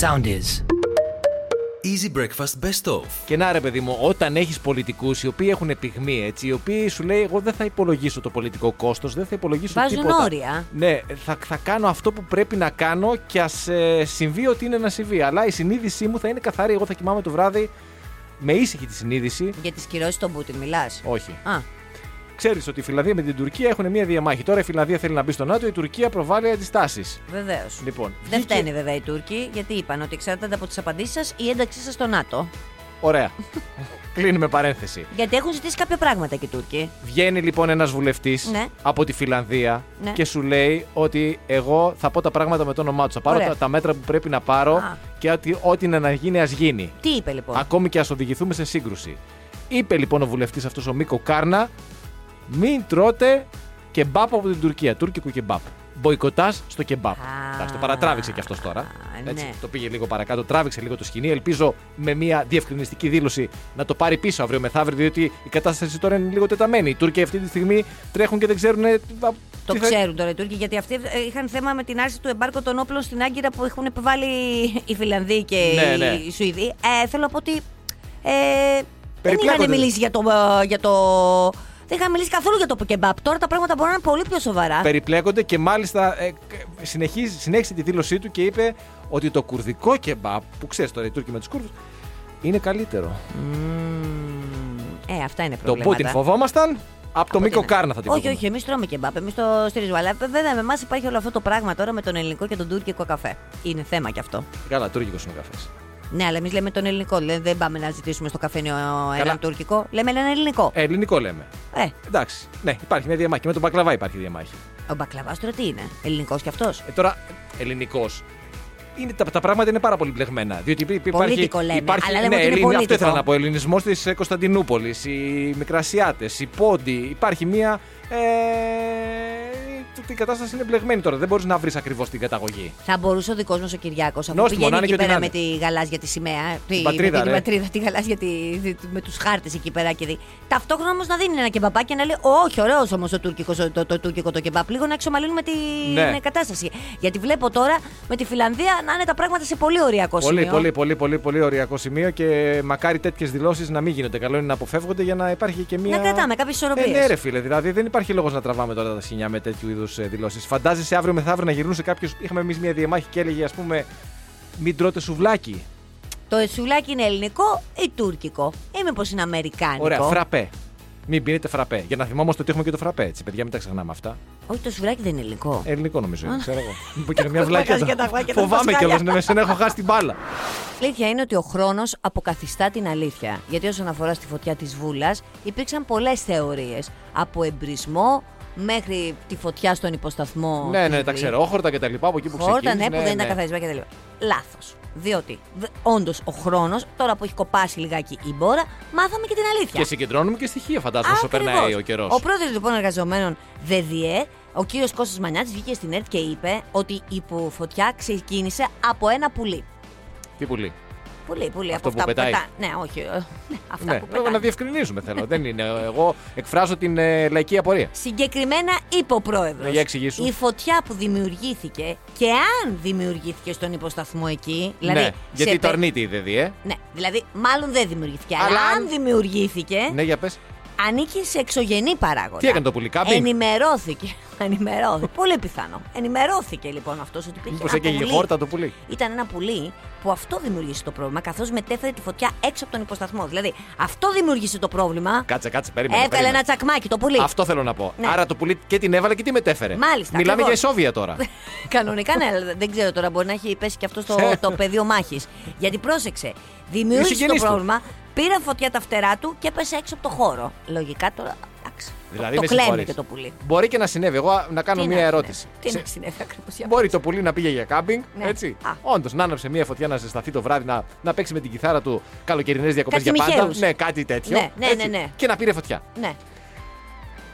Sound is. Easy Breakfast Best Of. Και να ρε παιδί μου, όταν έχεις πολιτικούς οι οποίοι έχουν πυγμή, έτσι, οι οποίοι σου λέει: Εγώ δεν θα υπολογίσω το πολιτικό κόστος, δεν θα υπολογίσω Βάζουν τίποτα. όρια. Ναι, θα, θα κάνω αυτό που πρέπει να κάνω και ας ε, συμβεί ότι είναι να συμβεί. Αλλά η συνείδησή μου θα είναι καθαρή. Εγώ θα κοιμάμαι το βράδυ με ήσυχη τη συνείδηση. Για τις κυρώσεις των Πούτιν μιλάς. Όχι. Α, Ξέρεις ότι η Φιλανδία με την Τουρκία έχουν μια διαμάχη. Τώρα η Φιλανδία θέλει να μπει στο ΝΑΤΟ, η Τουρκία προβάλλει αντιστάσεις. βεβαίως. Λοιπόν, Δεν βγήκε- φταίνε βέβαια οι Τούρκοι, γιατί είπαν ότι εξαρτάται από τις απαντήσεις σας η ένταξή σας στο ΝΑΤΟ. Ωραία. Κλείνουμε παρένθεση. Γιατί έχουν ζητήσει κάποια πράγματα και οι Τούρκοι. Βγαίνει λοιπόν ένας βουλευτής Ναι. από τη Φιλανδία Ναι. και σου λέει ότι εγώ θα πω τα πράγματα με το όνομά τους. Θα πάρω Ωραία. τα, τα μέτρα που πρέπει να πάρω Α. και ότι ό,τι είναι να γίνει, ας γίνει. Τι είπε λοιπόν. Ακόμη και ας οδηγηθούμε σε σύγκρουση. Είπε λοιπόν ο βουλευτής αυτός ο Μίκο Κάρνα, μην τρώτε κεμπάπ από την Τουρκία. Τουρκικό κεμπάπ. Μποϊκοτάς στο κεμπάπ. Α. Εντάξει, το παρατράβηξε και αυτός τώρα. Α, Έτσι, ναι. Το πήγε λίγο παρακάτω, τράβηξε λίγο το σκηνή. Ελπίζω με μια διευκρινιστική δήλωση να το πάρει πίσω αύριο μεθαύριο, διότι η κατάσταση τώρα είναι λίγο τεταμένη. Οι Τούρκοι αυτή τη στιγμή τρέχουν και δεν ξέρουν. ε, α, Το τι θα- ξέρουν τώρα οι Τούρκοι, γιατί αυτοί ε, είχαν θέμα με την άρση του εμπάρκου των όπλων στην Άγκυρα που έχουν επιβάλει οι Φιλανδοί και Ναι, ναι. οι Σουηδοί. Ε, θέλω να πω ότι. Ε, δεν Περιπλέκονται. είχαν μιλήσει για το, ε, για το. Δεν είχαν μιλήσει καθόλου για το κεμπάπ. Τώρα τα πράγματα μπορούν να είναι πολύ πιο σοβαρά. περιπλέκονται και μάλιστα ε, κ- συνεχίζει, συνέχισε τη δήλωσή του και είπε ότι το κουρδικό κεμπάπ, που ξέρεις τώρα οι Τούρκοι με τους Κούρδους, είναι καλύτερο. Ε, αυτά είναι Το προβλήματα. Πούτιν φοβόμασταν, από το Από Μίκο την- Κάρνα θα την Όχι, φοβούμε. όχι, εμείς τρώμε κεμπάπ, εμείς το στηρίζουμε. Αλλά βέβαια με εμάς υπάρχει όλο αυτό το πράγμα τώρα με τον ελληνικό και τον τουρκικό καφέ. Είναι θέμα κι αυτό. Καλά, τουρκικός είναι ο καφές. Ναι, αλλά εμείς λέμε τον ελληνικό. Λέ- Δεν πάμε να ζητήσουμε στο καφένιο Καλά. έναν τουρκικό. Λέμε έναν ελληνικό. Ε, ελληνικό λέμε. Ε, Εντάξει, ναι, υπάρχει μια διαμάχη. Και με τον Μπακλαβά υπάρχει διαμάχη. ο μπακλαβάς τώρα τι είναι, ελληνικός κι αυτός. Ε, τώρα, ελληνικός. Είναι, τα, τα πράγματα είναι πάρα πολύ μπλεγμένα. Διότι υπή- υπή- υπάρχει. Πολίτικο λέμε, υπάρχει αλλά λέμε ναι, ότι είναι Ελλήνη, αυτό πολίτικο. ήθελα να πω. Ελληνισμός της Κωνσταντινούπολης, οι Μικρασιάτες, οι Πόντι. Υπάρχει μια. Ε, τούτη η κατάσταση είναι μπλεγμένη τώρα. Δεν μπορείς να βρεις ακριβώς την καταγωγή. Θα μπορούσε ο δικός μας ο Κυριάκος, αφού Νόστιμο, να είναι πηγαίνει εκεί και ό,τι πέρα να με είναι. τη γαλάζια τη σημαία. ε, Τη, πατρίδα, με την ρε. πατρίδα, τη γαλάζια, τη, τη- με τους χάρτες εκεί πέρα. Και δι... Ταυτόχρονα όμως να δίνει ένα κεμπαπάκι και να λέει Όχι, ωραίος όμως το τουρκικό το, το, τουρκικό το κεμπαπ. Λίγο να εξομαλύνουμε την Ναι. κατάσταση. Γιατί βλέπω τώρα με τη Φιλανδία να είναι τα πράγματα σε πολύ ωριακό Πολύ, σημείο. πολύ, πολύ, πολύ, πολύ ωριακό σημείο και μακάρι τέτοιες δηλώσεις να μην γίνονται. Καλό είναι να αποφεύγονται για να υπάρχει και μια. Να κρατάμε κάποιες ισορροπίες. Ε, ναι, ρε φίλε, δηλαδή δεν υπάρχει λόγος να τραβάμε τώρα τα σκηνιά με τέτοιου είδους δηλώσεις. Φαντάζεσαι αύριο μεθαύριο να γυρνούσε κάποιο. Είχαμε εμείς μια διαμάχη και έλεγε, ας πούμε, μην τρώτε σουβλάκι. Το σουλάκι είναι ελληνικό ή τουρκικό. Ή μήπω είναι αμερικάνικο. Ωραία, φραπέ. Μην πίνετε φραπέ. Για να θυμόμαστε ότι έχουμε και το φραπέ, έτσι, παιδιά, μην τα ξεχνάμε αυτά. Όχι, το σουλάκι δεν είναι ελληνικό. Ελληνικό νομίζω είναι, ξέρω εγώ. Μου πω και μια Χάσει βλάκια. και τα γλάκια, τα Φοβάμαι πασχάλια. κιόλας, ναι, με σένα έχω χάσει την μπάλα. Αλήθεια είναι ότι ο χρόνος αποκαθιστά την αλήθεια. Γιατί όσον αφορά στη φωτιά της Βούλας, υπήρξαν πολλές θεωρίες. Από εμπρισμό μέχρι τη φωτιά στον υποσταθμό. Ναι, της ναι, τα Βουλής. ξέρω. Όχορτα και τα λοιπά από εκεί που Χόρτα, ξεκίνησε. ναι, που δεν ήταν καθαρισμένα και τα λοιπά. Λάθος. Διότι, όντως, ο χρόνος, τώρα που έχει κοπάσει λιγάκι η μπόρα, μάθαμε και την αλήθεια. Και συγκεντρώνουμε και στοιχεία, φαντάζομαι, όσο περνάει ο καιρός. Ο πρόεδρος λοιπόν εργαζομένων ΔΕΔΙΕ, ο κύριος Κώστας Μανιάτης, βγήκε στην ΕΡΤ και είπε ότι η που- φωτιά ξεκίνησε από ένα πουλί. Τι πουλή. Πουλί, πουλί, Αυτό από που αυτά πετάει. πετά- Ναι, όχι. ε, ναι, αυτά Ναι, που εγώ να πετάνε. διευκρινίζουμε θέλω. δεν είναι. Εγώ εκφράζω την ε, λαϊκή απορία. Συγκεκριμένα είπε ο πρόεδρο. Ναι, για εξηγήσου. Η φωτιά που δημιουργήθηκε και αν δημιουργήθηκε στον υποσταθμό εκεί. Δηλαδή, ναι, γιατί σε το πε- αρνείται η ΔΕΔΙ, ε. Ναι, δηλαδή μάλλον δεν δημιουργήθηκε. Αλλά, Αλλά αν- αν δημιουργήθηκε, Ναι, για πες. ανήκει σε εξωγενή παράγοντα. Τι έκανε το πουλί, κάμπινγκ? Ενημερώθηκε. Ενημερώθηκε. Πολύ πιθανό. Ενημερώθηκε λοιπόν αυτός ότι πήγε. Μήπω έκαιγε η χόρτα το πουλί. Ήταν ένα πουλί που αυτό δημιούργησε το πρόβλημα, καθώς μετέφερε τη φωτιά έξω από τον υποσταθμό. Δηλαδή, αυτό δημιούργησε το πρόβλημα. Κάτσε, κάτσε, περίμενε. Έβγαλε περίμενε. ένα τσακμάκι το πουλί. Αυτό θέλω να πω. Ναι. Άρα το πουλί και την έβαλε και τη μετέφερε. Μάλιστα, Μιλάμε ακριβώς. για ισόβια τώρα. Κανονικά ναι, αλλά δεν ξέρω τώρα, μπορεί να έχει πέσει και αυτό στο Ξέρω. το πεδίο μάχης. Γιατί πρόσεξε, Οι δημιούργησε το συγγενείς του. πρόβλημα, πήρε φωτιά τα φτερά του και έπεσε έξω από το χώρο. Λογικά τώρα. Εντάξει, δηλαδή, το, με το κλέβει συγχωρείς. και το πουλί. Μπορεί και να συνέβη. Εγώ α, να κάνω Τι μία να ερώτηση. συνέβη, Σε- Τι να συνέβη ακριβώς. Μπορεί το πουλί να πήγε για κάμπινγκ, Ναι. έτσι. Α. Όντως, να άναψε μία φωτιά να ζεσταθεί το βράδυ, να, να παίξει με την κιθάρα του καλοκαιρινές διακοπές για Κάτι πάντα. χιμιχαίους. Ναι, κάτι τέτοιο. Ναι, ναι, έτσι. ναι, ναι. Και να πήρε φωτιά. Ναι.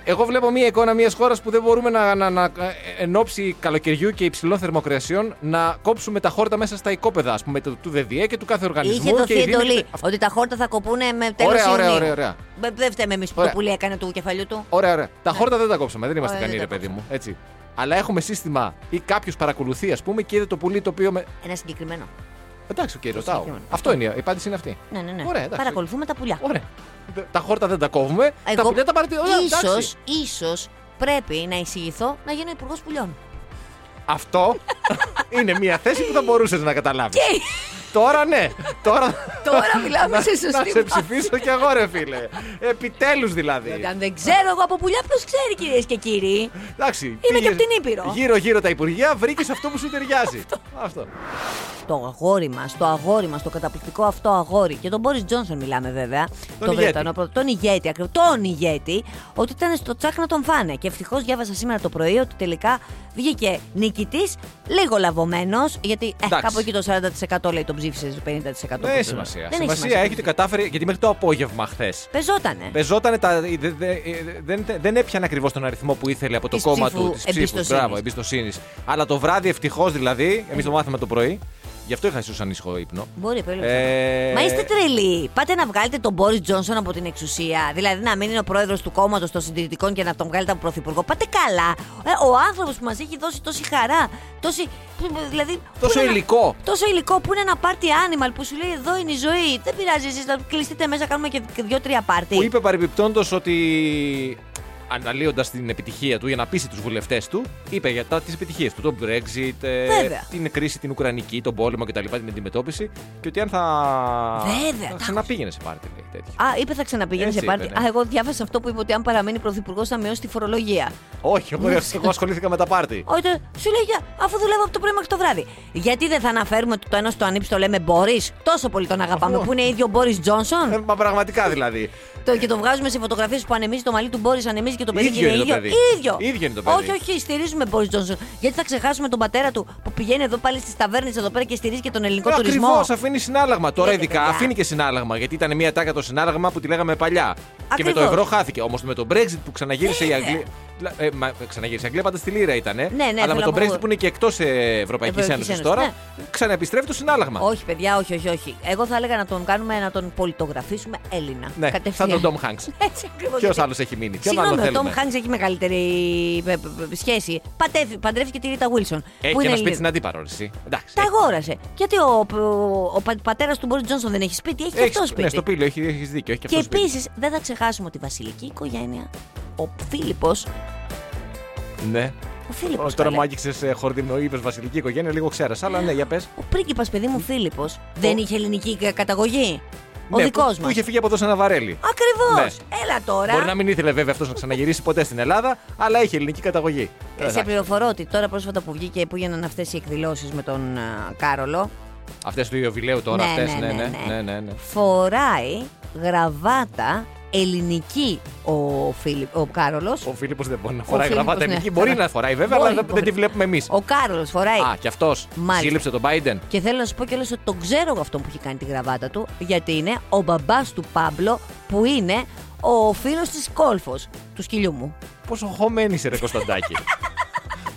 Εγώ βλέπω μία εικόνα μιας χώρας που δεν μπορούμε να, να, να εν ώψη καλοκαιριού και υψηλών θερμοκρασιών να κόψουμε τα χόρτα μέσα στα οικόπεδα, ας πούμε, του, του ΔΔΕ και του κάθε οργανισμού. Είχε και δοθεί οι δήμοι- εντολή Αυτό- ότι τα χόρτα θα κοπούνε με τέλος Ωραία, Ιουνίου. ωραία, ωραία, ωραία. Μπε- Δεν φταίμε εμείς που το Ωραία. πουλί έκανε του κεφαλιού του. Ωραία, ωραία. Τα χόρτα δεν τα κόψαμε, δεν είμαστε Ναι. Ωραία, κανεί, δεν ρε τα παιδί μου. Έτσι. Αλλά έχουμε σύστημα ή κάποιος παρακολουθεί, ας πούμε, και είδε το πουλί το οποίο. Με... Ένα συγκεκριμένο. Εντάξει, οκ, ρωτάω. συγκεκριμένο. Αυτό είναι η απάντηση είναι αυτή. Ναι, ναι, ναι. Ωραία, εντάξει. Παρακολουθούμε τα πουλιά. Ωραία. Δε- Τα χόρτα δεν τα κόβουμε. Τα πουλιά τα παρατηρούμε. ίσως, ίσως πρέπει να εισηγηθώ να γίνω υπουργός πουλιών. Αυτό είναι μια θέση που θα μπορούσες να καταλάβεις. Τώρα ναι. Τώρα, Ε, Τώρα μιλάμε σε να σωστή σε βάση. ψηφίσω κι εγώ, ρε φίλε. Επιτέλους δηλαδή. Γιατί Αν δεν ξέρω εγώ από πουλιά, ποιος ξέρει κυρίες και κύριοι. Εντάξει. και πήγες απ' την Ήπειρο. Γύρω-γύρω τα υπουργεία βρήκες αυτό που σου ταιριάζει. αυτό. Το αγόρι μας, το αγόρι μας, το καταπληκτικό αυτό αγόρι. Και τον Μπόρι Τζόνσον μιλάμε βέβαια. Τον το ηγέτη. Βρετανό πρώτο. Τον ηγέτη, ακριβώς. Τον ηγέτη. Ότι ήταν στο τσάκ να τον φάνε. Και ευτυχώς διάβασα σήμερα το πρωί ότι τελικά βγήκε νικητής, λίγο λαβωμένος. Γιατί ε, Εντάξει. κάπου εκεί το 40% λέει τον ψήφισες, το 50%. Ναι, που έχει το- σημασία. Δεν σημασία έχει ότι κατάφερε. Γιατί μέχρι το απόγευμα χθες. Πεζότανε. Παίζότανε τα. δε- δε- ε, δεν, δεν έπιανε ακριβώς τον αριθμό που ήθελε από το Της κόμμα ψήφου του. Της ψήφου. εμπιστοσύνης. Μπράβο, εμπιστοσύνης. Αλλά το βράδυ ευτυχώς δηλαδή. Εμείς το μάθαμε το πρωί. Γι' αυτό είχα ίσω ανήσυχο ύπνο. Μπορεί, πολύ Ε, Μα είστε τρελοί. Πάτε να βγάλετε τον Μπόρι Τζόνσον από την εξουσία. Δηλαδή να μην είναι ο πρόεδρος του κόμματος των συντηρητικών και να τον βγάλετε από πρωθυπουργό. Πάτε καλά. Ε, ο άνθρωπος που μας έχει δώσει τόση χαρά. Τόση, δηλαδή, πού Τόσο είναι ένα- υλικό. τόσο υλικό που είναι ένα party animal που σου λέει εδώ είναι η ζωή. Δεν πειράζει εσείς να κλειστείτε μέσα, κάνουμε και δύο-τρία πάρτι. Που είπε παρεμπιπτόντως ότι αναλύοντας την επιτυχία του για να πείσει τους βουλευτές του, είπε για τις επιτυχίες του. Το Brexit, ε, Βέβαια. την κρίση την Ουκρανική, τον πόλεμο κτλ. Την αντιμετώπιση. Και ότι αν θα. Βέβαια, τα Θα ξαναπήγαινε σε πάρτι, λέει, τέτοιο. Α, είπε θα ξαναπηγαίνει Έτσι σε πάρτι. είπε, ναι. Α, εγώ διάβασα αυτό που είπε ότι αν παραμείνει πρωθυπουργός θα μειώσει τη φορολογία. Όχι, εγώ, εγώ ασχολήθηκα με τα πάρτι. Όχι, το- σου λέει «Για, αφού δουλεύω από το πρωί μέχρι το βράδυ. Γιατί δεν θα αναφέρουμε ότι το ένας στο ανήψει το λέμε Μπόρις. Τόσο πολύ τον αγαπάμε Αφού- που είναι ίδιο Μπόρις Ε, Τζόνσον. Μα πραγματικά δηλαδή. Το, και το βγάζουμε σε φωτογραφίες που ανεμίζει το μαλλί του Μπόρις, ανεμίζει και το παιδί Ίδιο και είναι το ίδιο. παιδί. ίδιο. Ίδιο είναι το παιδί. Όχι, όχι, στηρίζουμε Μπόρι Τζόνσον. Γιατί θα ξεχάσουμε τον πατέρα του που πηγαίνει εδώ πάλι στις ταβέρνες εδώ πέρα και στηρίζει και τον ελληνικό τουρισμό. Ακριβώ, αφήνει συνάλλαγμα. Τώρα Λέτε, ειδικά παιδιά. αφήνει και συνάλλαγμα. Γιατί ήταν μια τάκα το συνάλλαγμα που τη λέγαμε παλιά. Και με το Ακριβώς. ευρώ χάθηκε. Όμως με το Brexit που ξαναγύρισε η Βέβαια. Αγγλία. Ε, μα, ξαναγύρισε η Αγγλία, πάντα στη λίρα ήταν. ναι, αλλά με θέλω το να πω- Brexit που είναι και εκτός Ευρωπαϊκής Ευρωπαϊκής Ένωσης Ένωσης, τώρα, ναι. ξαναεπιστρέφει το συνάλλαγμα. Όχι, παιδιά, όχι, όχι, όχι. Εγώ θα έλεγα να τον κάνουμε να τον πολιτογραφήσουμε Έλληνα. Ναι, Κατευθείαν. σαν τον Tom Hanks. Έτσι ακριβώς. Ποιος άλλος έχει μείνει, ποιον άλλο Συγγνώμη, ο Τόμ θέλουμε. Χάνξ έχει μεγαλύτερη πε- πε- πε- σχέση. Πατεύ- Παντρεύει και τη Ρίτα Βίλσον. Έχει που και ένα σπίτι είναι Ελληνίδα. στην αντίπαρο, εσύ. Εντάξει. Τα έχει- αγόρασε. Γιατί ο, ο, ο πατέρας του Μπόρι Τζόνσον δεν έχει σπίτι, έχει και έχεις- αυτό σπίτι. Ναι, στο πύλιο έχεις έχεις δίκιο. Έχει και αυτό σπίτι. επίσης δεν θα ξεχάσουμε τη βασιλική οικογένεια. Ο Φίλιππος. Ναι. Ο Φίλιππος, Τώρα καλέ. μου άγγιξε χορδίμνο, είπες βασιλική οικογένεια, λίγο ξέρασα, αλλά ναι, για πες. Ο πρίγκιπας, παιδί μου Φίλιππο, δεν είχε ελληνική κα- καταγωγή. Ο ναι, δικός που, μας. που είχε φύγει από εδώ σε ένα βαρέλι. Ακριβώς. Ναι. Έλα τώρα. Μπορεί να μην ήθελε βέβαια αυτός να ξαναγυρίσει ποτέ στην Ελλάδα, αλλά έχει ελληνική καταγωγή. Ε, Σε πληροφορώ ότι τώρα πρόσφατα που βγήκε που έγιναν αυτές οι εκδηλώσεις με τον α, Κάρολο, Αυτές του Ιωβιλέου τώρα, Ναι, αυτές. Ναι, ναι, ναι, ναι, ναι, ναι. ναι, ναι. φοράει γραβάτα ελληνική ο, Φίλιπ, ο Κάρολος. Ο, Ο Φίλιππος δεν μπορεί να φοράει Φίλιππος, γραβάτα ναι. ελληνική. Μπορεί να φοράει βέβαια, αλλά Μπορεί, δεν- δεν μπορεί. τη βλέπουμε εμείς. Κάρολος φοράει. Α, και αυτός. Μάλιστα. Σύλληψε τον Biden. Και θέλω να σου πω κιόλας ότι τον ξέρω εγώ αυτόν που έχει κάνει τη γραβάτα του, γιατί είναι ο μπαμπάς του Πάμπλο που είναι ο φίλος της Κόλφος, του σκυλιού μου. Πόσο χωμένης είσαι, Ρε Κωνσταντάκη.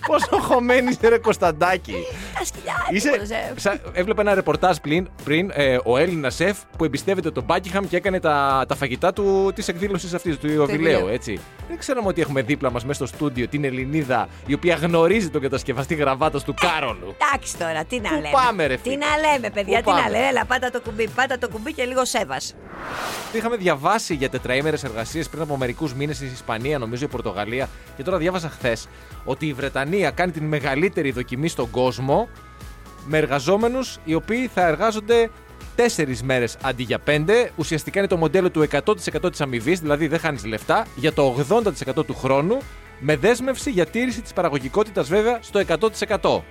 Πόσο χωμένης είσαι, Ρε Κωνσταντάκη. Τα σκυλιά Είσαι, του, ε. ξα- έβλεπα ένα ρεπορτάζ πριν, πριν ε, ο Έλληνα σεφ που εμπιστεύεται τον Buckingham και έκανε τα, τα φαγητά του της εκδήλωσης αυτής, του Ιωβιλέου. Ιωβιλέου. Έτσι. Δεν ξέραμε ότι έχουμε δίπλα μας μέσα στο στούντιο την Ελληνίδα η οποία γνωρίζει τον κατασκευαστή γραβάτας του Κάρολου. Εντάξει τώρα, τι να Πού λέμε. πάμε, ρε, φίλε. τι να λέμε, παιδιά, Πού τι να πάμε. λέμε. Έλα, πάτα το κουμπί, πάτα το κουμπί και λίγο σέβας. Είχαμε διαβάσει για τετραήμερες εργασίες πριν από μερικούς μήνες στην Ισπανία, νομίζω η Πορτογαλία. Και τώρα διάβασα χθες ότι η Βρετανία κάνει την μεγαλύτερη δοκιμή στον κόσμο με εργαζόμενους οι οποίοι θα εργάζονται 4 μέρες αντί για 5. Ουσιαστικά είναι το μοντέλο του 100% της αμοιβής, δηλαδή δεν χάνεις λεφτά, για το 80% του χρόνου, με δέσμευση για τήρηση της παραγωγικότητας βέβαια στο 100%.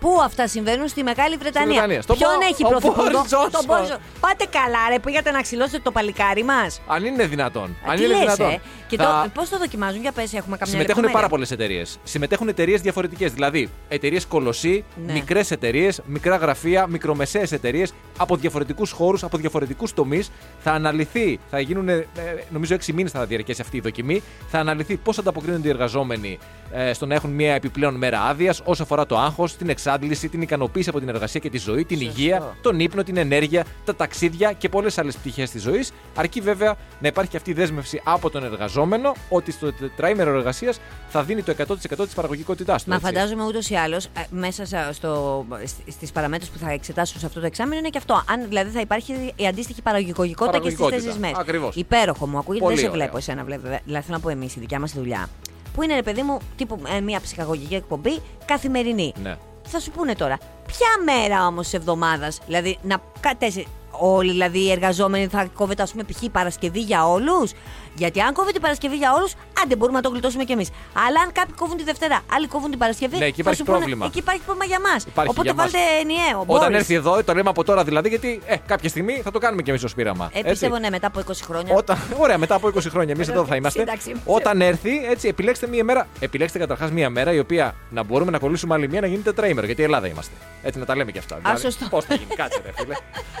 Πού αυτά συμβαίνουν στη Μεγάλη Βρετανία. Βρετανία, στον Ποιον Μπο- έχει ο πρωθυπουργό. Μπόρις Τζόνσον. τον Μπόρις Τζόνσον. Πάτε καλά, ρε. Πήγατε να ξυλώσετε το παλικάρι μας. Αν είναι δυνατόν. Αν Τι είναι λες, δυνατόν. ε. Και Θα- το, πώς το δοκιμάζουν, για πες, έχουμε καμιά Συμμετέχουν πάρα λεπτομέρεια. πολλές εταιρείες. Συμμετέχουν εταιρείες διαφορετικές. Δηλαδή, εταιρείες κολοσσί, Ναι. μικρές εταιρείες, μικρά γραφεία, μικρομεσαίες εταιρείες από διαφορετικούς χώρους, από διαφορετικούς τομείς. Θα αναλυθεί, θα γίνουν, ε, νομίζω, 6 μήνες θα διαρκέσει αυτή η δοκιμή. Θα αναλυθεί πώς ανταποκρίνονται οι εργαζόμενοι ε, στο να έχουν μια επιπλέον μέρα άδειας όσον αφορά το άγχος, την εξάντληση, την ικανοποίηση από την εργασία και τη ζωή, την Σωστό. υγεία, τον ύπνο, την ενέργεια, τα ταξίδια και πολλές άλλες πτυχές της ζωής. Αρκεί βέβαια να υπάρχει και αυτή η δέσμευση από τον εργαζόμενο ότι στο τετράημερο εργασίας θα δίνει το 100% της παραγωγικότητάς του. Μα έτσι. φαντάζομαι ούτως ή άλλως μέσα σε- στο, στις παραμέτρους που θα εξετάσουν σε αυτό το εξάμεινο είναι και αυτό. Αν δηλαδή θα υπάρχει η αντίστοιχη παραγωγικότητα, και στις Παραγωγικότητα. θέσει μέσα. Ακριβώς. Υπέροχο μου. Ακούγεται, Πολύ δεν σε ωραίο. βλέπω εσένα, βέβαια. Δηλαδή θέλω να πω εμείς η δικιά μας δουλειά. Που είναι, ρε παιδί μου, τύπου ε, μια ψυχαγωγική εκπομπή καθημερινή. Ναι. Θα σου πούνε τώρα, ποια μέρα όμως τη εβδομάδας, δηλαδή να κατέσει. Όλοι δηλαδή οι εργαζόμενοι θα κόβεται, ας πούμε, π.χ. η Παρασκευή για όλους. Γιατί αν κόβεται η Παρασκευή για όλους, άντε μπορούμε να το γλιτώσουμε κι εμείς. Αλλά αν κάποιοι κόβουν τη Δευτέρα, άλλοι κόβουν την Παρασκευή. Ναι, εκεί θα υπάρχει σου πούνε, πρόβλημα. εκεί υπάρχει πρόβλημα για μας. Υπάρχει Οπότε για μας. βάλτε ενιαίο. Όταν Boris. έρθει εδώ, το λέμε από τώρα δηλαδή, γιατί ε, κάποια στιγμή θα το κάνουμε κι εμείς ως πείραμα. Ε, έτσι. πιστεύω ναι, μετά από 20 χρόνια. Όταν, ωραία, μετά από 20 χρόνια, εμείς εδώ θα είμαστε. Σύνταξη. Όταν έρθει, έτσι, επιλέξτε μία μέρα. Επιλέξτε καταρχάς μία μέρα η οποία να μπορούμε να κολλήσουμε άλλη μία να γίνει τετραήμερο. Γιατί η Ελλάδα είμαστε. Έτσι να τα λέμε και αυτά. σωστό. Πώς θα γίνει, κάτσε ρε φίλε.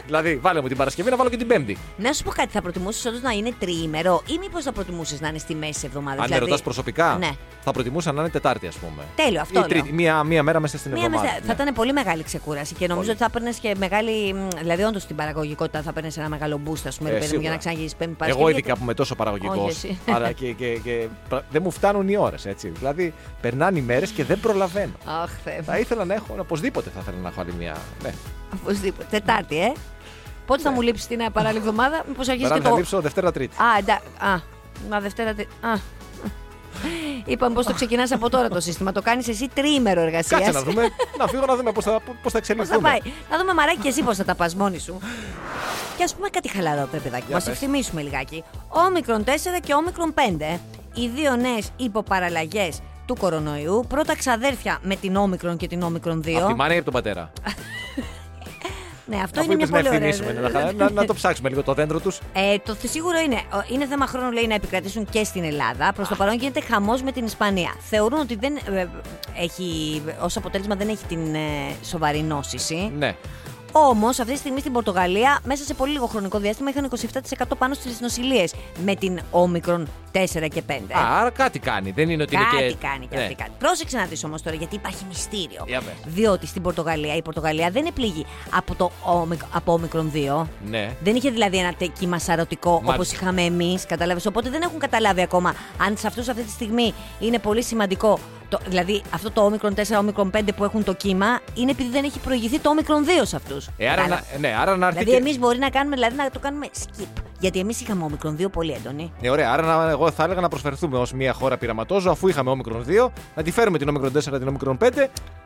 δηλαδή, βάλε μου την Παρασκευή να βάλω και την Πέμπτη. Να σου πω κάτι, θα προτιμούσες όντως να είναι τριήμερο ή μήπως θα προτιμούσες να είναι στη μέση τη εβδομάδας. Αν με ρωτάς προσωπικά, Ναι. θα προτιμούσα να είναι Τετάρτη, ας πούμε. Τέλειο, αυτό Ή τρίτη, λέω. μία, μία μέρα μέσα στην Μία εβδομάδα. μεσά- Θα Ναι. ήταν πολύ μεγάλη ξεκούραση και νομίζω Πολύ. ότι θα παίρνει και μεγάλη. μ, Δηλαδή, όντως την παραγωγικότητα θα παίρνει ένα μεγάλο boost, ας πούμε, Ε, ρε παιδί μου, σίγουρα. για να ξαναγίνει πέμπτη Παρασκευή. Εγώ γιατί- ειδικά που είμαι τόσο παραγωγικός. Όχι, εσύ. Αλλά και, και, και, πρα- δεν μου φτάνουν οι ώρες, έτσι. Δηλαδή, περνάνε οι μέρες και δεν προλαβαίνω. Αχ, Θεέ μου. θα ήθελα να έχω, οπωσδήποτε θα ήθελα να έχω άλλη μία. Ναι. Οπωσδήποτε. Τετάρτη, ε. Πότε θα μου λείψεις την ε, παράλληλη εβδομάδα, μήπως αρχίσεις και Περάμε θα το. Ναι. λείψω Δευτέρα Τρίτη. Α, εντά... Α, μα Δευτέρα. τε- Α. Είπαμε πώς το ξεκινάς από τώρα το σύστημα. Το κάνεις εσύ τριήμερο εργασίας. Κάτσε να δούμε, να φύγω να δούμε πώς θα, πώς θα Πώς θα εξελιχθούμε. πάει. Να δούμε μαράκι και εσύ πώς θα τα πας μόνη σου. Και ας πούμε κάτι χαλαρό, ρε παιδάκι. Για Μα πες. ευθυμίσουμε λιγάκι. Όμικρον 4 και όμικρον 5. Οι δύο νέες υποπαραλλαγές του κορονοϊού. Πρώτα ξαδέρφια με την όμικρον και την όμικρον 2. Από τη μάνα ή από τον πατέρα. Ναι, αυτό Αφού είναι μια είπες να πολύ ωραία. ευθυγνήσουμε, να, χα- να, να το ψάξουμε λίγο το δέντρο τους. Ε, το θ- σίγουρο είναι. ο- Είναι θέμα χρόνου, λέει, να επικρατήσουν και στην Ελλάδα. Προς το παρόν γίνεται χαμός με την Ισπανία. Θεωρούν ότι δεν ε, ε, έχει, ως αποτέλεσμα δεν έχει την ε, σοβαρή νόσηση. Ναι. Όμως, αυτή τη στιγμή στην Πορτογαλία, μέσα σε πολύ λίγο χρονικό διάστημα, είχαν 27% πάνω στις νοσηλίε με την όμικρον 4 και 5. Α, άρα κάτι κάνει. Δεν είναι ότι είναι Ε. Κάτι και. κάνει και Ναι. αυτή κάτι. Πρόσεξε να δεις όμως τώρα, γιατί υπάρχει μυστήριο. Για πες. Διότι στην Πορτογαλία, η Πορτογαλία δεν επλήγει από το όμικρο- από όμικρον 2. Ναι. Δεν είχε δηλαδή ένα τε- κύμα σαρωτικό Μάλιστα. όπως είχαμε εμείς, κατάλαβες. Οπότε δεν έχουν καταλάβει ακόμα αν σε αυτούς αυτή τη στιγμή είναι πολύ σημαντικό. Το, δηλαδή αυτό το όμικρον 4, όμικρον 5 που έχουν το κύμα είναι επειδή δεν έχει προηγηθεί το όμικρον 2 σε αυτούς. Ε, άρα, να, ναι, άρα να έρθει. Δηλαδή, και- εμείς μπορεί να, κάνουμε, δηλαδή, να το κάνουμε skip. Γιατί εμείς είχαμε όμικρον 2 πολύ έντονη. Ναι, ωραία. Άρα να, εγώ θα έλεγα να προσφερθούμε ως μια χώρα πειραματόζω, αφού είχαμε όμικρον 2, να τη φέρουμε την όμικρον 4, την όμικρον 5,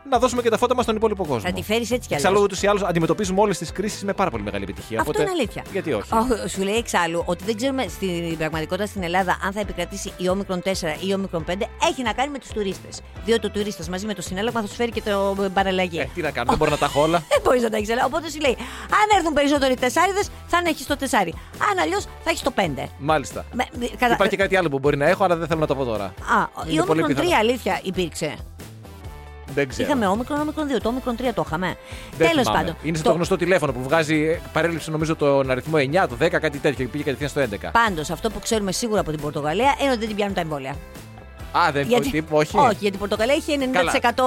να δώσουμε και τα φώτα μας στον υπόλοιπο κόσμο. Θα τη φέρεις έτσι κι Εξάλλου, αλλιώς. ούτως ή άλλως, αντιμετωπίζουμε όλες τις κρίσεις με πάρα πολύ μεγάλη επιτυχία. Αυτό Οπότε, είναι αλήθεια. Γιατί όχι. Ω, σου λέει εξάλλου ότι δεν ξέρουμε στην πραγματικότητα στην Ελλάδα αν θα επικρατήσει η όμικρον 4 ή η όμικρον 5 έχει να κάνει με τους τουρίστες. Διότι ο τουρίστας μαζί με το συνέλεγμα θα σου φέρει και το ε, παραλλαγή. Ε, τι να κάνω, δεν μπορώ να τα έχω όλα. Δεν μπορείς να τα έχεις όλα. Οπότε σου λέει: Αν έρθουν περισσότεροι τεσσάριδες, θα έχει το τεσσάρι. Αν αλλιώς, θα έχεις το πέντε. Μάλιστα. Με- με- κατα- Υπάρχει και κάτι άλλο που μπορεί να έχω, αλλά δεν θέλω να το πω τώρα. Α, η Είναι πολύ όμικρον 3 πιθανό. αλήθεια υπήρξε. Δεν ξέρω. Είχαμε όμικρον, όμικρον 2. Το όμικρον 3 το είχαμε. Δεν Τέλος θυμάμαι. πάντων. Είναι στο γνωστό τηλέφωνο που βγάζει ε, παρέλειψε νομίζω τον αριθμό 9, το 10, κάτι τέτοιο και πήγε κατευθείαν στο 11. Πάντως, αυτό που ξέρουμε σίγουρα από την Πορτογαλία είναι ότι δεν την πιάνουν τα εμβόλια. Α, δεν τύπο, όχι. γιατί η Πορτογαλία έχει 90%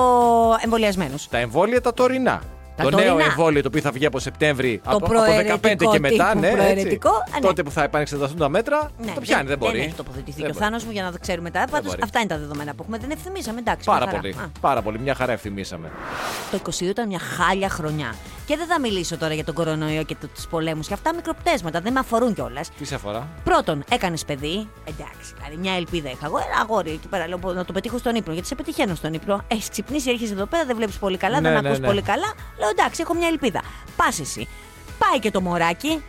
εμβολιασμένους. Τα εμβόλια τα τωρινά. Τα το νέο τωρινά. εμβόλιο το οποίο θα βγει από Σεπτέμβρη Το από, από 15 προαιρετικό και μετά, τύπου, ναι, έτσι. προαιρετικό, α, ναι. Τότε που θα επανεξεταστούν τα μέτρα, το πιάνει, δεν, μπορεί. Δεν έχει τοποθετηθεί Δεν και ο μπορεί. Θάνος μου για να ξέρουμε τα. Πάντως, μπορεί. αυτά είναι τα δεδομένα που έχουμε. Δεν ευθυμίσαμε, εντάξει. Πάρα μια χαρά. πολύ. Α. Πάρα πολύ. Μια χαρά ευθυμίσαμε. Το 22 ήταν μια χάλια χρονιά. Και δεν θα μιλήσω τώρα για τον κορονοϊό και τους πολέμους και αυτά μικροπτέσματα, δεν με αφορούν κιόλας. Τι σε αφορά. Πρώτον, έκανες παιδί. Εντάξει, δηλαδή μια ελπίδα είχα εγώ. Ένα αγόρι εκεί πέρα λέω, να το πετύχω στον ύπνο. Γιατί σε πετυχαίνω στον ύπνο. Έχεις ξυπνήσει, έρχεσαι εδώ πέρα, δεν βλέπεις πολύ καλά, Ναι, δεν ναι, ακούς ναι. πολύ καλά. Λέω εντάξει, έχω μια ελπίδα. Πας εσύ. Πάει και το μωράκι.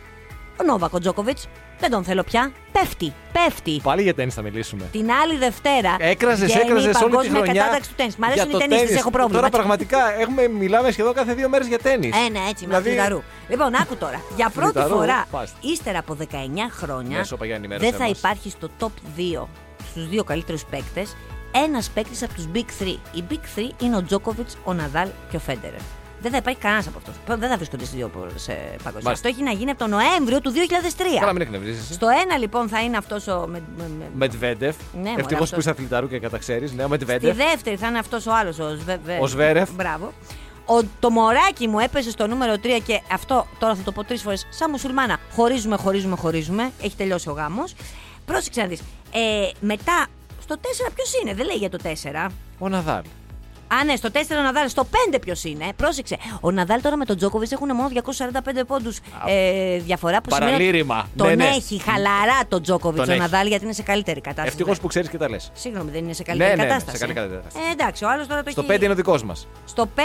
Ο Νόβακο Τζόκοβιτ. Δεν τον θέλω πια. Πέφτει, πέφτει. Πάλι για τέννη θα μιλήσουμε. Την άλλη Δευτέρα. Έκραζες, βγαίνει η έκραζες όλη τη παγκόσμια χρονιά. κατάταξη του τέννις. Μ' αρέσουν για οι το τέννιστες, τέννις. έχω πρόβλημα. Τώρα Έτσι. πραγματικά έχουμε, μιλάμε σχεδόν κάθε δύο μέρες για Δηλαδή, τέννη. Ε, ναι, έτσι, με φλιταρού. Λοιπόν, άκου τώρα. Για πρώτη Φλιταρού, φορά, πάστε. ύστερα από 19 χρόνια, Ναι, σώπα, Γιάννη, μέρες δεν θα εμάς. υπάρχει στο top 2, στους δύο καλύτερους παίκτες, ένας παίκτης από τους Big 3. Οι Big 3 είναι ο Τζόκοβιτ, ο Ναδάλ και ο Φέντερερ. Δεν θα υπάρχει κανένας από αυτούς. Δεν θα βρίσκονται στις δύο παγκοσμίε. Μάλιστα. Αυτό έχει να γίνει από τον Νοέμβριο του 2003. Καλά, μην εκνευρίζεσαι. Στο ένα λοιπόν θα είναι αυτός ο. με- με- με- Μετβέντεφ. Ναι, μωρέ, Ευτυχώς αυτός. που είσαι αθληταρού και καταξέρει. Ναι, ο Στη Μετβέντεφ. δεύτερη θα είναι αυτός ο άλλος, ο, Σβε... Ο Σβέρεφ. Μπράβο. ο, το μωράκι μου έπεσε στο νούμερο 3 και αυτό τώρα θα το πω τρεις φορές. Σαν μουσουλμάνα. Χωρίζουμε, χωρίζουμε, χωρίζουμε. Έχει τελειώσει ο γάμος. Πρόσεξε να δεις. Ε, μετά, στο 4 ποιος είναι, δεν λέει για το 4. Ο Ναδάλ. Α, ναι, στο 4 ο Ναδάλ, στο 5 ποιος είναι. Πρόσεξε. Ο Ναδάλ τώρα με τον Τζόκοβιτ έχουν μόνο 245 πόντου ε, διαφορά που σημαίνει ότι Παραλήρημα. Τον Ναι, ναι. έχει χαλαρά τον Τζόκοβιτ Τον ο έχει. Ναδάλ γιατί είναι σε καλύτερη κατάσταση. Ευτυχώς που ξέρεις και τα λες. Συγγνώμη, δεν είναι σε καλύτερη Ναι, ναι, ναι, κατάσταση. σε καλύτερη κατάσταση. Ε, εντάξει, ο άλλος τώρα το Στο έχει. 5 είναι ο δικός μας. Στο πέ...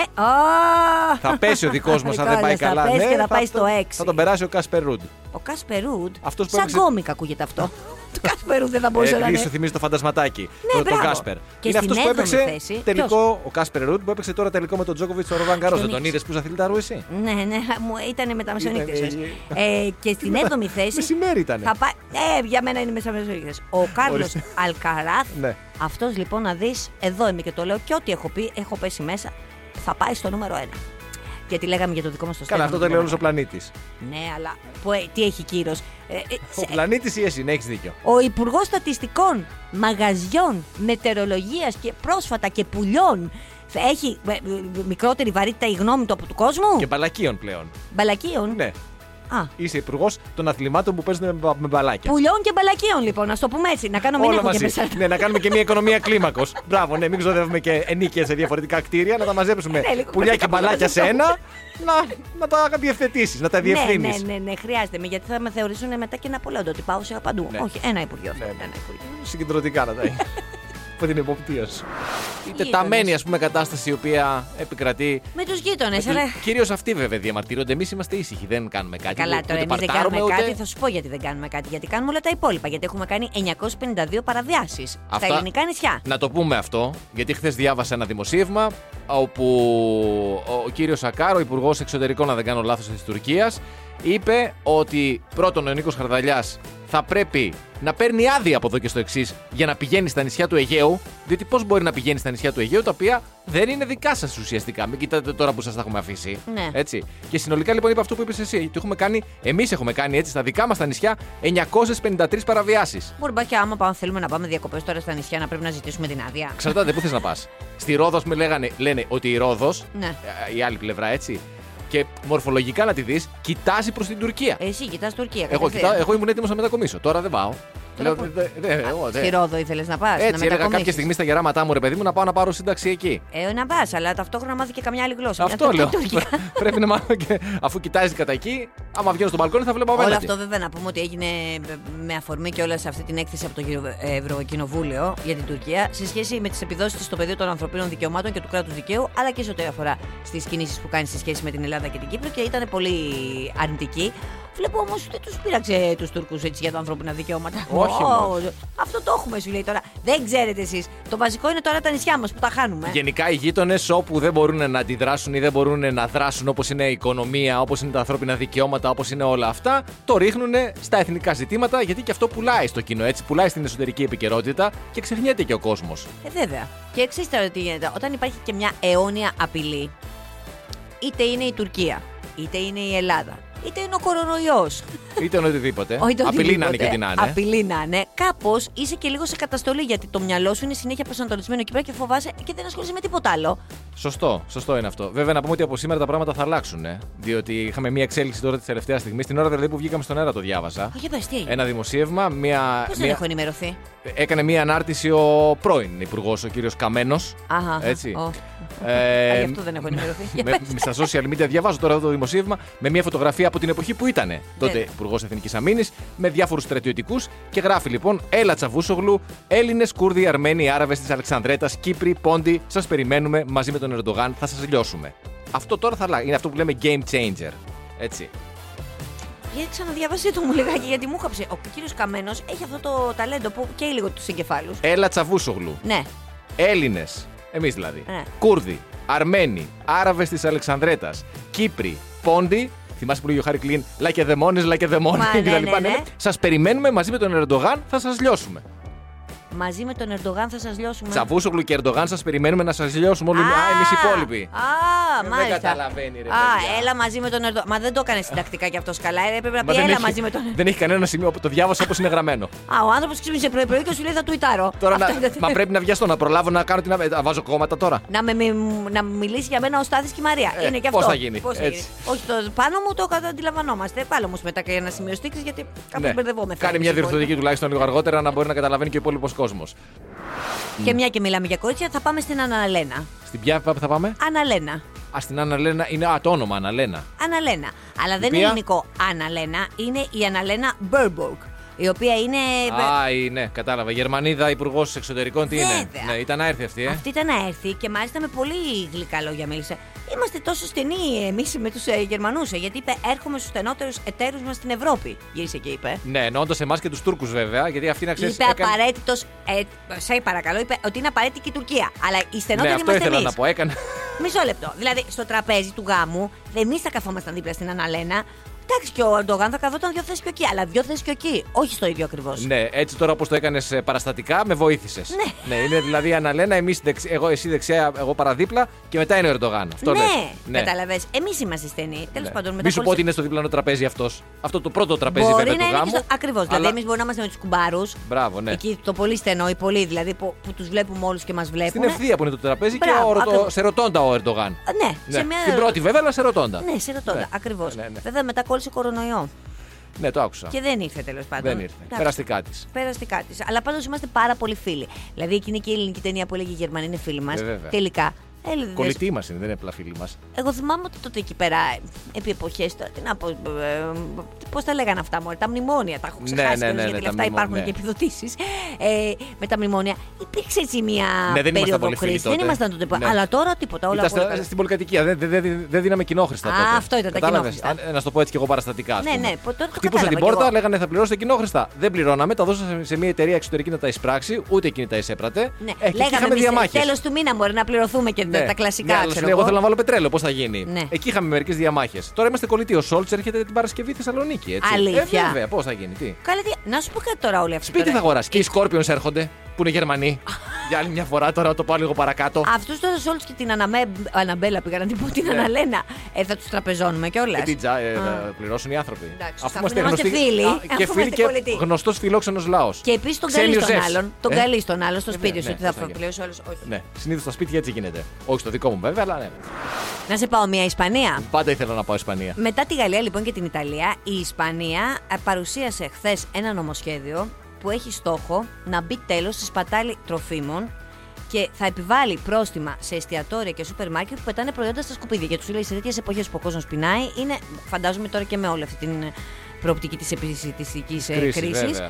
Α! Θα πέσει ο δικός μας αν Δικός δεν πάει μας, καλά. Θα πέσει Ναι, και θα πάει στο το- 6. Θα τον περάσει ο Κάσπερ Ρούντ. Ο Κάσπερ Ρουντ. Αυτός που Σαν έπαιξε- κόμικα ακούγεται αυτό. Του Κάσπερ Ρουντ δεν θα μπορούσε να Ε, είναι. σου θυμίζει το φαντασματάκι. Ναι, το, τον μπράβο. Κάσπερ. Και είναι στην αυτός που έβδομη έπαιξε θέση. τελικό, ο Κάσπερ Ρούντ που έπαιξε τώρα τελικό με τον Τζόκοβιτ στο Ροβάν Καρό. Και Δεν τον νίκησε. είδες που ζαθληταρούσε. εσύ. Ναι, ναι, μου ήταν μεταμεσονύκτε. Ήταν, ναι. ε, και στην 7η θέση. Μεσημέρι ήταν. Θα πάει... Ε, για μένα είναι μεταμεσονύκτε. Ο Κάρλο Ορίστε. Αλκαράθ. Ναι. Αυτός λοιπόν να δεις, εδώ είμαι και το λέω και ό,τι έχω πει, έχω πέσει μέσα. Θα πάει στο νούμερο 1. Γιατί λέγαμε για το δικό μας το Καλά, Στέφανο, αυτό τον το λέει όλος ο Παπα- πλανήτης. Ναι, αλλά που, ε, τι έχει κύρος. Ε, ε, Ο σε- πλανήτης ή εσύ, ναι, έχεις δίκιο. Ο Υπουργός Στατιστικών, Μαγαζιών, Μετεωρολογίας και πρόσφατα και πουλιών έχει ε, ε, μικρότερη βαρύτητα η γνώμη του από του κόσμου. Και μπαλακίων πλέον. Μπαλακίων. Ναι, Α, είσαι υπουργός των αθλημάτων που παίζουν με, μπα- με μπαλάκια. πουλιών και μπαλακίων, λοιπόν, να το πούμε έτσι. Να κάνω μην Όλα έχω και μαζί. μέσα. ναι, να κάνουμε και μια οικονομία κλίμακος. Μπράβο, ναι, μην ξοδεύουμε και ενίκεια σε διαφορετικά κτίρια, να τα μαζέψουμε Ναι, λίγο πουλιά και κρατικά μπαλάκια σε μαζεύουμε. ένα, να, να τα διευθετήσεις, να τα Ναι, διευθύνεις. ναι, ναι, ναι, χρειάζεται με γιατί θα με θεωρήσουν μετά και να απολέοντο ότι πάω σε παντού. Ναι. Όχι, ένα υπουργείο. Ναι, ναι. Ένα υπουργείο. Συγκεντρωτικά να τα έχει. Από την εποπτεία σου. Η Γείτονες. τεταμένη, ας πούμε, κατάσταση η οποία επικρατεί. Με τους γείτονες, αλλά. Κυρίως αυτοί βέβαια διαμαρτύρονται. Εμείς είμαστε ήσυχοι, δεν κάνουμε κάτι. Ε, Καλά, ούτε τώρα εμείς δεν παρτάρουμε, κάνουμε ούτε- κάτι. Θα σου πω γιατί δεν κάνουμε κάτι. Γιατί κάνουμε όλα τα υπόλοιπα. Γιατί έχουμε κάνει 952 παραβιάσεις στα Αυτά- ελληνικά νησιά. Να το πούμε αυτό, γιατί χθες διάβασα ένα δημοσίευμα όπου ο κύριος Ακάρο, υπουργός εξωτερικών, αν δεν κάνω λάθος, της Τουρκίας, είπε ότι πρώτον ο Νίκος Χαρδαλιάς θα πρέπει να παίρνει άδεια από εδώ και στο εξής για να πηγαίνει στα νησιά του Αιγαίου. Διότι πώς μπορεί να πηγαίνει στα νησιά του Αιγαίου, τα οποία δεν είναι δικά σας ουσιαστικά. Μην κοιτάτε τώρα που σας τα έχουμε αφήσει. Ναι. Έτσι. Και συνολικά λοιπόν είπε αυτό που είπες εσύ. Το έχουμε κάνει, εμείς έχουμε κάνει έτσι στα δικά μας τα νησιά 953 παραβιάσει. Μπορεί και άμα πάμε, θέλουμε να πάμε διακοπές τώρα στα νησιά να πρέπει να ζητήσουμε την άδεια. Εξαρτάται πού θες να πας. Στη Ρόδος, με λέγανε, λένε ότι η Ρόδος, Ναι. η άλλη πλευρά έτσι, και μορφολογικά να τη δεις, κοιτάζει προς την Τουρκία. Εσύ κοιτάς Τουρκία. εγώ, κατευθείαν. κοιτά, εγώ ήμουν έτοιμος να μετακομίσω. Τώρα δεν πάω. Λέω, πού? «Δε- δε- δε- εγώ, δε». Στη Ρόδο ήθελες να πας. Ε, Έτσι, να έλεγα κάποια μετακομίσεις. στιγμή στα γεράματά μου, ρε παιδί μου, να πάω να πάρω σύνταξη εκεί. Ε, να πας, αλλά ταυτόχρονα μάθει και καμιά άλλη γλώσσα. Αυτό Μια λέω. Τουρκία. Πρέπει να μάθω και αφού κοιτάζει κατά εκεί, άμα βγαίνω στο μπαλκόνι θα βλέπω Όλο απέναντι. αυτό βέβαια να πούμε ότι έγινε με αφορμή και όλα σε αυτή την έκθεση από το Ευρω- Ευρωκοινοβούλιο για την Τουρκία σε σχέση με τις επιδόσεις της στο πεδίο των ανθρωπίνων δικαιωμάτων και του κράτους δικαίου, αλλά και σε ό,τι αφορά στις κινήσεις που κάνει σε σχέση με την Ελλάδα και την Κύπρο και ήταν πολύ αρνητική. Βλέπω όμως ότι τους πείραξε τους Τούρκους έτσι για τα ανθρώπινα δικαιώματα. Όχι, Ω, μωρέ. Αυτό το έχουμε σου λέει τώρα. Δεν ξέρετε εσείς. Το βασικό είναι τώρα τα νησιά μας που τα χάνουμε. Γενικά οι γείτονες όπου δεν μπορούν να αντιδράσουν ή δεν μπορούν να δράσουν όπως είναι η οικονομία, όπως είναι τα ανθρώπινα δικαιώματα, όπως είναι όλα αυτά, το ρίχνουν στα εθνικά ζητήματα γιατί και αυτό πουλάει στο κοινό. Έτσι, πουλάει στην εσωτερική επικαιρότητα και ξεχνιέται και ο κόσμος. Ε, βέβαια. Και ξέρετε τώρα τι γίνεται. Όταν υπάρχει και μια αιώνια απειλή, είτε είναι η Τουρκία, είτε είναι η Ελλάδα, είτε είναι ο κορονοϊός. Είτε οτιδήποτε. Ε, Απειλή Απειλή να είναι και την να είναι. Απειλή να είναι. Κάπως είσαι και λίγο σε καταστολή γιατί το μυαλό σου είναι συνέχεια προσανατολισμένο εκεί πέρα και φοβάσαι και δεν ασχολείσαι με τίποτα άλλο. Σωστό, σωστό είναι αυτό. Βέβαια, να πούμε ότι από σήμερα τα πράγματα θα αλλάξουν. ε. Διότι είχαμε μία εξέλιξη τώρα της τελευταίας στιγμής. Την ώρα δηλαδή που βγήκαμε στον αέρα το διάβασα. Όχι, πε τι. Ένα δημοσίευμα, μία. Πώς δεν μία... έχω ενημερωθεί. Έκανε μία ανάρτηση ο πρώην υπουργός, ο κύριος Καμένος. Αχα, Έτσι. ω. Α, Ε, γι' αυτό δεν έχω ενημερωθεί. Για με, πες. στα social media διαβάζω τώρα αυτό το δημοσίευμα με μια φωτογραφία από την εποχή που ήταν τότε Ναι. Υπουργός Εθνικής Αμήνης με διάφορους στρατιωτικούς και γράφει λοιπόν Έλα Τσαβούσογλου, Έλληνες, Κούρδοι, Αρμένοι, Άραβες της Αλεξανδρέτας, Κύπροι, Πόντι, σας περιμένουμε μαζί με τον Ερντογάν, θα σας λιώσουμε. Αυτό τώρα θα αλλάξει. Είναι αυτό που λέμε game changer. Έτσι. Για ξαναδιαβάσέ το μου λιγάκι γιατί μου χαψε. Ο κύριος Καμένος έχει αυτό το ταλέντο που καίει λίγο τους εγκεφάλους. Έλα Τσαβούσογλου, Ναι. Έλληνες, εμείς δηλαδή, Ναι. Κούρδοι, Αρμένοι, Άραβες της Αλεξανδρέτας, Κύπροι, Πόντι. Θυμάσαι που λέγει ο Χάρη Κλίν, like a demon is like a demon Μα, ναι, κτλ. ναι, ναι. Σας περιμένουμε μαζί με τον Ερντογάν, θα σας λιώσουμε. Μαζί με τον Ερντογάν θα σας λιώσουμε. Τσαβούσογλου και Ερντογάν, σας περιμένουμε να σας λιώσουμε όλοι. Α, εμείς οι υπόλοιποι. Ε, Α, Α, μάλιστα. καταλαβαίνει, ρε, Α, παιδιά. έλα μαζί με τον Ερντο. Μα δεν το έκανε συντακτικά κι αυτός καλά. ε, Έπρεπε να Μα πει δεν έλα έχει- μαζί με τον Δεν έχει κανένα σημείο που το διάβασα όπως είναι γραμμένο. Α, ο άνθρωπος ξύπνησε πρωί-πρωί και σου λέει θα τουιτάρω. Τώρα Αυτό να, είναι το μα θέμα. πρέπει να βιαστώ, να προλάβω να κάνω την. να βάζω κόμματα τώρα. να, με, μι- να μιλήσει για μένα ο Στάθης και η Μαρία. Ε, είναι και πώς αυτό. θα γίνει, Πώς θα έτσι. γίνει. Όχι, το πάνω μου το κατα- αντιλαμβανόμαστε. Πάλι όμως μετά και ένα σημείο στήξη γιατί κάπω Ναι. μπερδευόμεθα. Λοιπόν, Κάνει με μια συγχωρείτε. διορθωτική τουλάχιστον λίγο αργότερα να μπορεί να καταλαβαίνει και ο υπόλοιπος κόσμος. Και μια και μιλάμε για κορίτσια, θα πάμε στην Αναλένα. Στην ποια θα πάμε? Αναλένα. Α, στην Αναλένα είναι. Α, το όνομα Αναλένα. Αναλένα. Αλλά δεν οποία- είναι ελληνικό Αναλένα, είναι η Αναλένα Μπέρμπορκ. Η οποία είναι. Α, η- ναι, κατάλαβα. Γερμανίδα υπουργός εξωτερικών, τι είναι. Βέβαια. Ναι, ήταν άερθη αυτή, ε. Αυτή ήταν να έρθει και μάλιστα με πολύ γλυκά λόγια μίλησε. Είμαστε τόσο στενοί εμείς με τους Γερμανούς, ε, γιατί είπε: Έρχομαι στους στενότερους εταίρους μας στην Ευρώπη. Γύρισε και είπε. Ναι, εννοώντα εμάς και τους Τούρκους βέβαια, γιατί αυτή να ξέρεις. είπε απαραίτητος. Ε, σε παρακαλώ, είπε ότι είναι απαραίτητη και η Τουρκία. Αλλά οι στενότεροι Ναι, αυτό είμαστε ήθελα εμείς. να πω. Έκανε. Μισό λεπτό. Δηλαδή, στο τραπέζι του γάμου, εμείς θα καθόμασταν δίπλα στην Αναλένα. Εντάξει, και ο Ερντογάν θα καθόταν δύο θέσεις και εκεί. Αλλά δύο θέσεις και εκεί. Όχι στο ίδιο ακριβώς. Ναι, έτσι τώρα όπως το έκανες παραστατικά, με βοήθησες. Ναι. είναι δηλαδή η Αναλένα, εμείς δεξι- εγώ, εσύ δεξιά, εγώ παραδίπλα και μετά είναι ο Ερντογάν. Αυτό λες. Ναι. ναι. κατάλαβες. Εμείς είμαστε στενοί. Τέλος πάντων, μετά. Μη σου πω ότι είναι στο διπλανό τραπέζι αυτός. Αυτό το πρώτο τραπέζι Μπορεί βέβαια να του είναι γάμου. και στο... Ακριβώς. Δηλαδή, αλλά- εμείς μπορεί να είμαστε με τους κουμπάρους. Μπράβο, ναι. Εκεί το πολύ στενό, οι πολλοί δηλαδή που, που τους βλέπουμε όλους και μας βλέπουν. Στην ευθεία που είναι το τραπέζι και Μπράβο, ο, ρωτο- ακριβώς. σε ρωτώντα ο Ερντογάν. Ναι, σε μια. Στην πρώτη βέβαια, αλλά σε ρωτώντα. Ναι, σε ρωτώ. Ναι. Ακριβώς. Ναι, ναι. Βέβαια, μετά κόλλησε κορονοϊό. Ναι, το άκουσα. Και δεν ήρθε τέλος πάντων. Δεν ήρθε. Εντάξει. Περαστικά τη. Περαστικά της. Αλλά πάντως είμαστε πάρα πολύ φίλοι. Δηλαδή εκείνη και η ελληνική ταινία που έλεγε οι Γερμανοί είναι φίλοι μας. Ε, βέβαια. Τελικά. Ε, δηλαδή, Κολλητή μας είναι, δεν είναι απλά φίλη μας. Εγώ θυμάμαι ότι τότε εκεί πέρα, ε, επί εποχές τώρα, τι να πω. Πώς τα λέγανε αυτά μόνο, τα μνημόνια. Τα έχω Ναι, ξεχάσει ναι, κιόλας, ναι, ναι, γιατί τα αυτά μνημο- υπάρχουν ναι. και επιδοτήσεις. Ε, με τα μνημόνια. Υπήρξε έτσι μια Ναι, δεν ήμασταν περίοδο πολύ φίλοι κρίση. τότε. Δεν ήμασταν τότε. Ναι. Αλλά τώρα τίποτα. Όλα Ήταν πολύ στα- καλά. στην πολυκατοικία. Δεν, δεν, δεν, δεν δίναμε κοινόχρηστα. Α, τότε. αυτό ήταν τα Κατάλαβες. κοινόχρηστα. Αν- ε, Να σου το πω έτσι και εγώ παραστατικά. ας Ναι, πούμε. ναι, πο- τώρα το Χτυπούσα την κατάλαβα κι πόρτα, εγώ. λέγανε θα πληρώσετε κοινόχρηστα. Δεν πληρώναμε, τα δώσα σε- σε μια εταιρεία εξωτερική να τα εισπράξει, ούτε εκείνη τα εισέπρατε. Ναι. Ε, και εκεί είχαμε Λέγαμε διαμάχες. τέλος του μήνα μπορεί να πληρωθούμε και τα- τα Ναι, κλασικά. αλλά σου ξέρω λέει, εγώ θέλω να βάλω πετρέλαιο, πώς θα γίνει. Ναι. Εκεί είχαμε μερικές διαμάχες. Τώρα είμαστε κολλητοί. Ο Σόλτ έρχεται την Παρασκευή Θεσσαλονίκη. Έτσι. Αλήθεια. Ε, βέβαια, πώς θα γίνει, τι. Καλά, τι- να σου πω κάτι τώρα όλοι αυτοί. Σπίτι τώρα. θα αγοράσει. Και οι Σκόρπιον έρχονται, που είναι Γερμανοί. Για άλλη μια φορά τώρα να το πάω λίγο παρακάτω. Αυτούς τους όλου και την Αναμέ... Αναμπέλα πήγα να την πω την Αναλένα. Ε, θα τους τραπεζώνουμε κιόλας. Ναι. Ε, τι τζα, ε, θα πληρώσουν οι άνθρωποι. Εντάξει, σωστά. Αφού είμαστε φίλοι, Α, αφού και είμαστε φίλοι και κολλητοί. γνωστός φιλόξενος λαός. Και επίσης τον καλείς τον άλλον. Τον καλείς τον άλλον στο Ε, σπίτι ναι, σου ναι, ότι θα πώς θα γίνει. πληρώσει όλους. Όχι. Ναι, συνήθως στα σπίτια έτσι γίνεται. Όχι στο δικό μου βέβαια, αλλά ναι. Να σε πάω μια Ισπανία. Πάντα ήθελα να πάω Ισπανία. Μετά τη Γαλλία λοιπόν και την Ιταλία, η Ισπανία ε, παρουσίασε χθες ένα νομοσχέδιο που έχει στόχο να μπει τέλος στη σπατάλη τροφίμων και θα επιβάλλει πρόστιμα σε εστιατόρια και σούπερ μάρκετ που πετάνε προϊόντα στα σκουπίδια. Και τους λέει σε τέτοιες εποχές που ο κόσμος πεινάει, είναι, φαντάζομαι τώρα και με όλη αυτή την ε, προοπτική της επιστημιστική Κρίσης, κρίσης. βέβαια.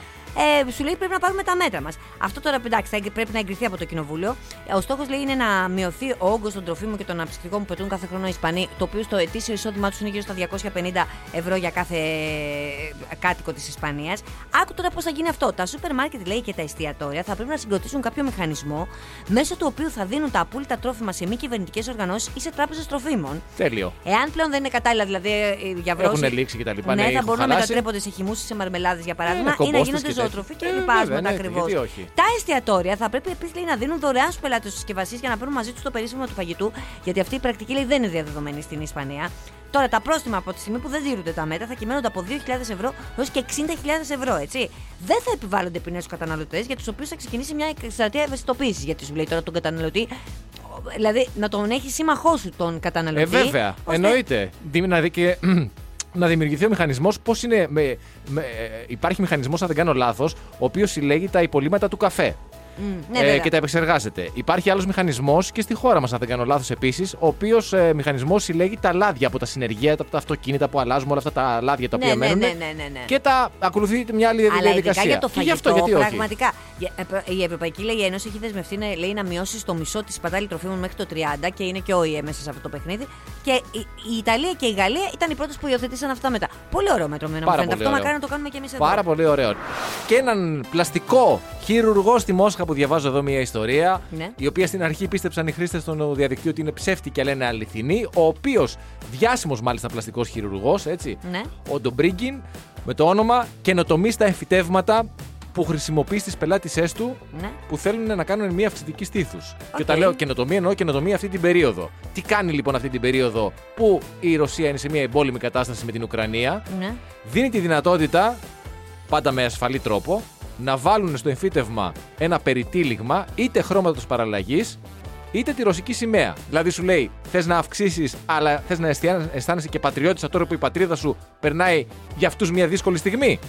Ε, σου λέει πρέπει να πάρουμε τα μέτρα μας. Αυτό τώρα εντάξει, θα εγκ- πρέπει να εγκριθεί από το Κοινοβούλιο. Ο στόχος λέει είναι να μειωθεί ο όγκος των τροφίμων και των αναψυκτικών που πετούν κάθε χρόνο οι Ισπανοί, το οποίο στο ετήσιο εισόδημά τους είναι γύρω στα 250 ευρώ για κάθε ε, κάτοικο της Ισπανίας. Άκου τώρα πώς θα γίνει αυτό. Τα σούπερ μάρκετ λέει και τα εστιατόρια θα πρέπει να συγκροτήσουν κάποιο μηχανισμό μέσω του οποίου θα δίνουν τα απόλυτα τρόφιμα σε μη κυβερνητικές οργανώσεις ή σε τράπεζες τροφίμων. Τέλειο. Εάν πλέον δεν είναι κατάλληλα, δηλαδή ε, οι διαβρώσει. Έχουνε λήξει και τα λοιπά, Ναι, ναι, θα έχουν μπορούν να χαλάσει. μετατρέπονται σε χυμούσει, σε μαρμελάδες για Ε, παράδειγμα, ή να κομπόστες και γίνονται τέτοια. ζωοτροφή και Ε, βέβαια, λοιπάσματα ναι, ακριβώ. γιατί όχι. Τα εστιατόρια θα πρέπει επίσης να δίνουν δωρεάν στους πελάτες τη συσκευασία για να παίρνουν μαζί τους το περίσσιμο του φαγητού, γιατί αυτή η πρακτική λέει, δεν είναι διαδεδομένη στην Ισπανία. Τώρα, τα πρόστιμα από τη στιγμή που δεν τηρούνται τα μέτρα θα κυμαίνονται από 2.000 ευρώ έως και 60.000 ευρώ, έτσι. Δεν θα επιβάλλονται ποινές στους καταναλωτές, για τους οποίους θα ξεκινήσει μια εκστρατεία ευαισθητοποίησης. Γιατί σου λέει τώρα τον καταναλωτή, δηλαδή να τον έχει σύμμαχό σου τον Ε, καταναλωτή. βέβαια. ώστε- Εννοείται. Δι- Να, δει και, να δημιουργηθεί ο μηχανισμός. Πώς είναι. Με, με, ε, υπάρχει μηχανισμός, αν δεν κάνω λάθος, ο οποίος συλλέγει τα υπολείμματα του καφέ. Ναι, ε, βέβαια. και τα επεξεργάζεται. Υπάρχει άλλος μηχανισμός και στη χώρα μας, αν δεν κάνω λάθος επίσης, ο οποίος ε, μηχανισμός συλλέγει τα λάδια από τα συνεργεία, τα, τα αυτοκίνητα που αλλάζουμε, όλα αυτά τα λάδια τα Ναι, οποία ναι, μένουν. ναι, ναι, ναι, ναι. Και τα ακολουθεί μια άλλη Αλλά διαδικασία. ειδικά για το Και γι' φαγητό, αυτό, γιατί όχι. πραγματικά. Για- ε, Η Ευρωπαϊκή λέει, η Ένωση έχει δεσμευτεί να, λέει, να μειώσει στο μισό της σπατάλη τροφίμων μέχρι το 30 και είναι και ο ΙΕ μέσα σε αυτό το παιχνίδι. Και η, η Ιταλία και η Γαλλία ήταν οι πρώτες που υιοθετήσαν αυτά μετά. Πολύ ωραίο μέτρο με Πάρα Αυτό πολύ ωραίο. μακάρι να το κάνουμε και εμείς εδώ. Πάρα πολύ ωραίο. Και έναν πλαστικό χειρουργό στη Μόσχα που διαβάζω εδώ μια ιστορία. Ναι. Η οποία στην αρχή πίστεψαν οι χρήστες των διαδικτύου ότι είναι ψεύτη και λένε αληθινή. Ο οποίος διάσημος μάλιστα πλαστικός χειρουργός, έτσι. Ναι. Ο Ντομπρίγκιν με το όνομα Καινοτομή στα εμφυτεύματα που χρησιμοποιεί στις πελάτησές του Ναι. που θέλουν να κάνουν μια αυξητική στήθου. Οκ. Και όταν λέω καινοτομία, εννοώ καινοτομία αυτή την περίοδο. Τι κάνει λοιπόν αυτή την περίοδο που η Ρωσία είναι σε μια εμπόλεμη κατάσταση με την Ουκρανία, ναι. δίνει τη δυνατότητα, πάντα με ασφαλή τρόπο, να βάλουν στο εμφύτευμα ένα περιτύλιγμα είτε χρώματο παραλλαγής, είτε τη ρωσική σημαία. Δηλαδή σου λέει, θες να αυξήσεις, αλλά θες να αισθιά- αισθάνεσαι και πατριώτης τώρα που η πατρίδα σου περνάει για αυτούς μια δύσκολη στιγμή.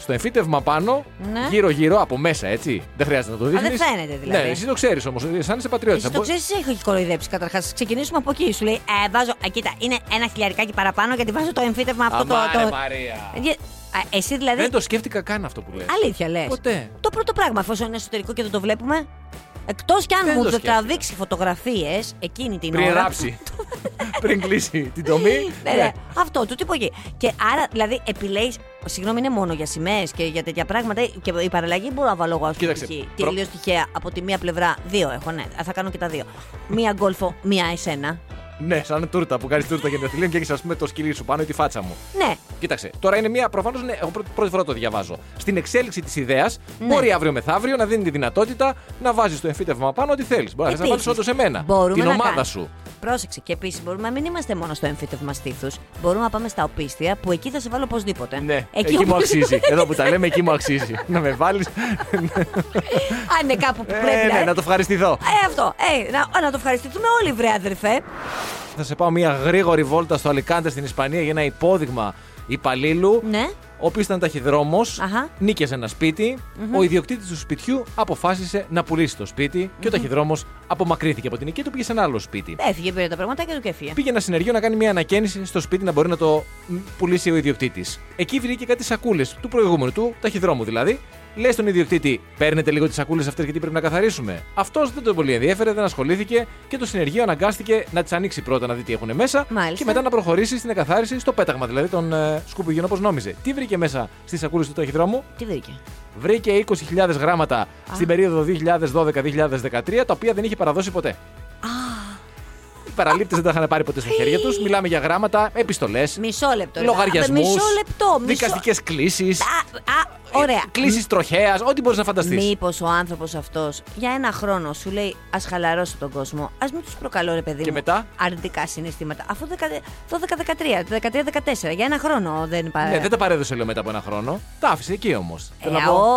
Στο εμφύτευμα πάνω, Ναι. γύρω-γύρω από μέσα, έτσι. Δεν χρειάζεται να το δείχνει. δεν φαίνεται δηλαδή. Ναι, εσύ το ξέρεις όμως, αισθάνεσαι πατριώτης. Εσύ το ξέρει, σε έχω κοροϊδέψει καταρχάς. Ξεκινήσουμε από εκεί. Σου λέει, ε, βάζω. Α, κοίτα, είναι ένα χιλιαρικάκι παραπάνω γιατί βάζω το εμφύτευμα αυτό το. το... Μαρία. Ε, α, Εσύ δηλαδή. Δεν το σκέφτηκα καν αυτό που λες. Αλήθεια λες. Ποτέ. Το πρώτο πράγμα, εφόσον είναι εσωτερικό και δεν το βλέπουμε. Εκτός κι αν Δεν μου το το σκέφτηκα. τραβήξει φωτογραφίες εκείνη την Πριν ώρα. ράψει. Πριν κλείσει την τομή. Ναι, ναι. Αυτό, του τύπου εκεί. Και άρα, δηλαδή, επιλέγεις. Συγγνώμη, είναι μόνο για σημαίες και για τέτοια πράγματα. Και η παραλλαγή μπορώ να βάλω εγώ, ας πούμε. Κοίταξε, εκεί. προ- Τελείω τυχαία. Από τη μία πλευρά, δύο έχω, ναι. Α, Θα κάνω και τα δύο. μία γκολφο, μία εσένα. Ναι, σαν τούρτα που κάνεις τούρτα για την και έχεις ας πούμε το σκυλί σου πάνω ή τη φάτσα μου. Ναι, Κοίταξε, τώρα είναι μια. Προφανώς ναι, εγώ πρώτη, πρώτη φορά το διαβάζω. Στην εξέλιξη της ιδέας Ναι. μπορεί αύριο μεθαύριο να δίνει τη δυνατότητα να βάζεις το εμφύτευμα πάνω ό,τι θέλεις. Μπορεί να θες να βάλει Επίσης, όντω εμένα. μπορούμε Την να ομάδα κάνουμε. σου. Πρόσεξε. Και επίσης μπορούμε να μην είμαστε μόνο στο εμφύτευμα στήθους. Μπορούμε να πάμε στα οπίστια που εκεί θα σε βάλω οπωσδήποτε. Ναι, εκεί, μου αξίζει. Εδώ που τα λέμε, εκεί μου αξίζει. να με βάλεις. Αν είναι κάπου που ε, πρέπει ναι, να. να το ευχαριστηθώ. Ε, αυτό. Ε, να, να το ευχαριστηθούμε όλοι, βρε αδερφέ. Θα σε πάω μια γρήγορη βόλτα στο Αλικάντε στην Ισπανία για ένα υπόδειγμα υπαλλήλου. Ναι. Ο οποίο ήταν ταχυδρόμος, Αχα. νίκιαζε ένα σπίτι, Ο ιδιοκτήτης του σπιτιού αποφάσισε να πουλήσει το σπιτι και ο ταχυδρόμος απομακρύνθηκε από την οικία του πήγε σε ένα άλλο σπίτι. Έφυγε, πήρε τα πραγματάκια του και έφυγε. Πήγε ένα συνεργείο να κάνει μια ανακαίνιση στο σπίτι να μπορεί να το μ, πουλήσει ο ιδιοκτήτης. Εκεί βρήκε κάτι σακούλες του προηγούμενου του, ταχυδρόμου δηλαδή. Λες στον ιδιοκτήτη, παίρνετε λίγο τις σακούλες αυτές γιατί πρέπει να καθαρίσουμε. Αυτός δεν τον πολύ ενδιέφερε, δεν ασχολήθηκε και το συνεργείο αναγκάστηκε να τις ανοίξει πρώτα να δει τι έχουν μέσα Μάλιστα. και μετά να προχωρήσει στην εκαθάριση στο πέταγμα δηλαδή των ε, σκουπιδιών όπως νόμιζε. Τι βρήκε μέσα στις σακούλες του ταχυδρόμου, Τι βρήκε. βρήκε 20.000 γράμματα στην περίοδο 2012-2013, τα οποία δεν είχε παραδώσει ποτέ. Οι παραλήπτες δεν τα είχαν πάρει ποτέ στα χέρια τους. Μιλάμε για γράματα, επιστολές, Μισό λεπτό. ρε. λογαριασμούς, Μισό λεπτό. Μισό... δικαστικές κλήσεις, Α, α, ωραία. κλήσεις τροχέας, ό,τι μπορείς να φανταστείς. Μήπως ο άνθρωπος αυτός για ένα χρόνο σου λέει Ας χαλαρώσω τον κόσμο, ας μην τους προκαλώ ρε παιδί Και μου. μετά? Αρνητικά συναισθήματα. Αφού 12-13, 13-14, για ένα χρόνο δεν παρα... Ναι, δεν τα παρέδωσε λέω μετά από ένα χρόνο. Τα άφησε εκεί όμως. Ε,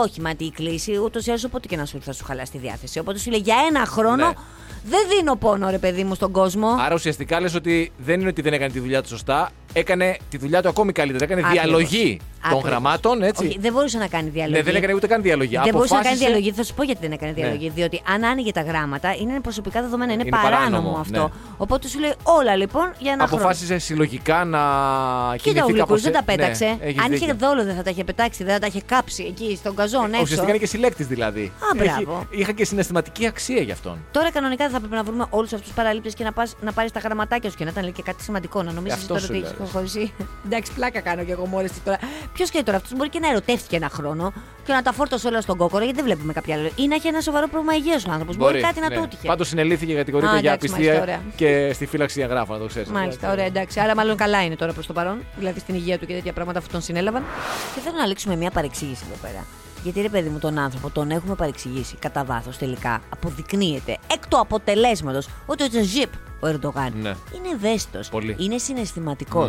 όχι, μα η κλίση ούτως ή άλλως όποτε και να σου ήρθε θα σου χαλάσει τη διάθεση. Οπότε σου λέει για ένα χρόνο Ναι. δεν δίνω πόνο, ρε παιδί μου, στον κόσμο. Άρα ουσιαστικά λες ότι δεν είναι ότι δεν έκανε τη δουλειά του σωστά, έκανε τη δουλειά του ακόμη καλύτερα. Έκανε Ακριβώς. διαλογή των Ακριβώς. γραμμάτων, έτσι. Όχι, δεν μπορούσε να κάνει διαλογή. Ναι, δεν έκανε ούτε ε. καν διαλογή. Δεν μπορούσε να κάνει Αποφάσισε- διαλογή. Θα σου πω γιατί δεν έκανε διαλογή. Διότι αν άνοιγε τα γράμματα, είναι προσωπικά δεδομένα. Είναι, Ναι. Είναι παράνομο, παράνομο, αυτό. ναι. Οπότε σου λέει όλα λοιπόν για ένα χρόνο. Αποφάσισε συλλογικά να Κοίτα, ο κινηθεί Γλυκούς κάπως δεν τα ε- πέταξε. Ναι, έχεις αν είχε δίκιο. Ε, δόλο δεν θα τα είχε πετάξει, δεν θα τα είχε κάψει εκεί στον καζόν έξω. Ουσιαστικά είναι και συλλέκτης δηλαδή. μπράβο. είχα και συναισθηματική αξία για αυτόν. Τώρα κανονικά δεν θα πρέπει να βρούμε όλους αυτούς τους παραλήπτες και να, πας, να πάρεις τα γραμματάκια σου και να ήταν λέει, και κάτι σημαντικό. Να νομίζεις Αυτό τώρα σου ότι λέω, έχει ρε. προχωρήσει. Εντάξει, πλάκα κάνω κι εγώ μόλι τώρα. Ποιος και τώρα αυτός μπορεί και να ερωτεύτηκε ένα χρόνο και να τα φόρτωσε όλα στον κόκορα γιατί δεν βλέπουμε κάποια άλλη. Ή να έχει ένα σοβαρό πρόβλημα υγείας ο άνθρωπος. Μπορεί, κάτι να ναι. το έτυχε. Πάντως συνελήφθηκε κατηγορείται Α, για εντάξει, απιστία μάλιστα, ωραία. και στη φύλαξη αγράφου, να το ξέρεις. Μάλιστα, ωραία, εντάξει. Άρα, μάλλον καλά είναι τώρα προς το παρόν. Δηλαδή στην υγεία του και τέτοια πράγματα αφού τον συνέλαβαν. Και θέλω να λήξουμε μια παρεξήγηση εδώ πέρα. Γιατί ρε παιδί μου, τον άνθρωπο τον έχουμε παρεξηγήσει κατά βάθος τελικά. Αποδεικνύεται εκ του αποτελέσματος ότι ο Τζιπ ο Ερντογάν Ναι. είναι ευαίσθητος. Πολύ. Είναι συναισθηματικός.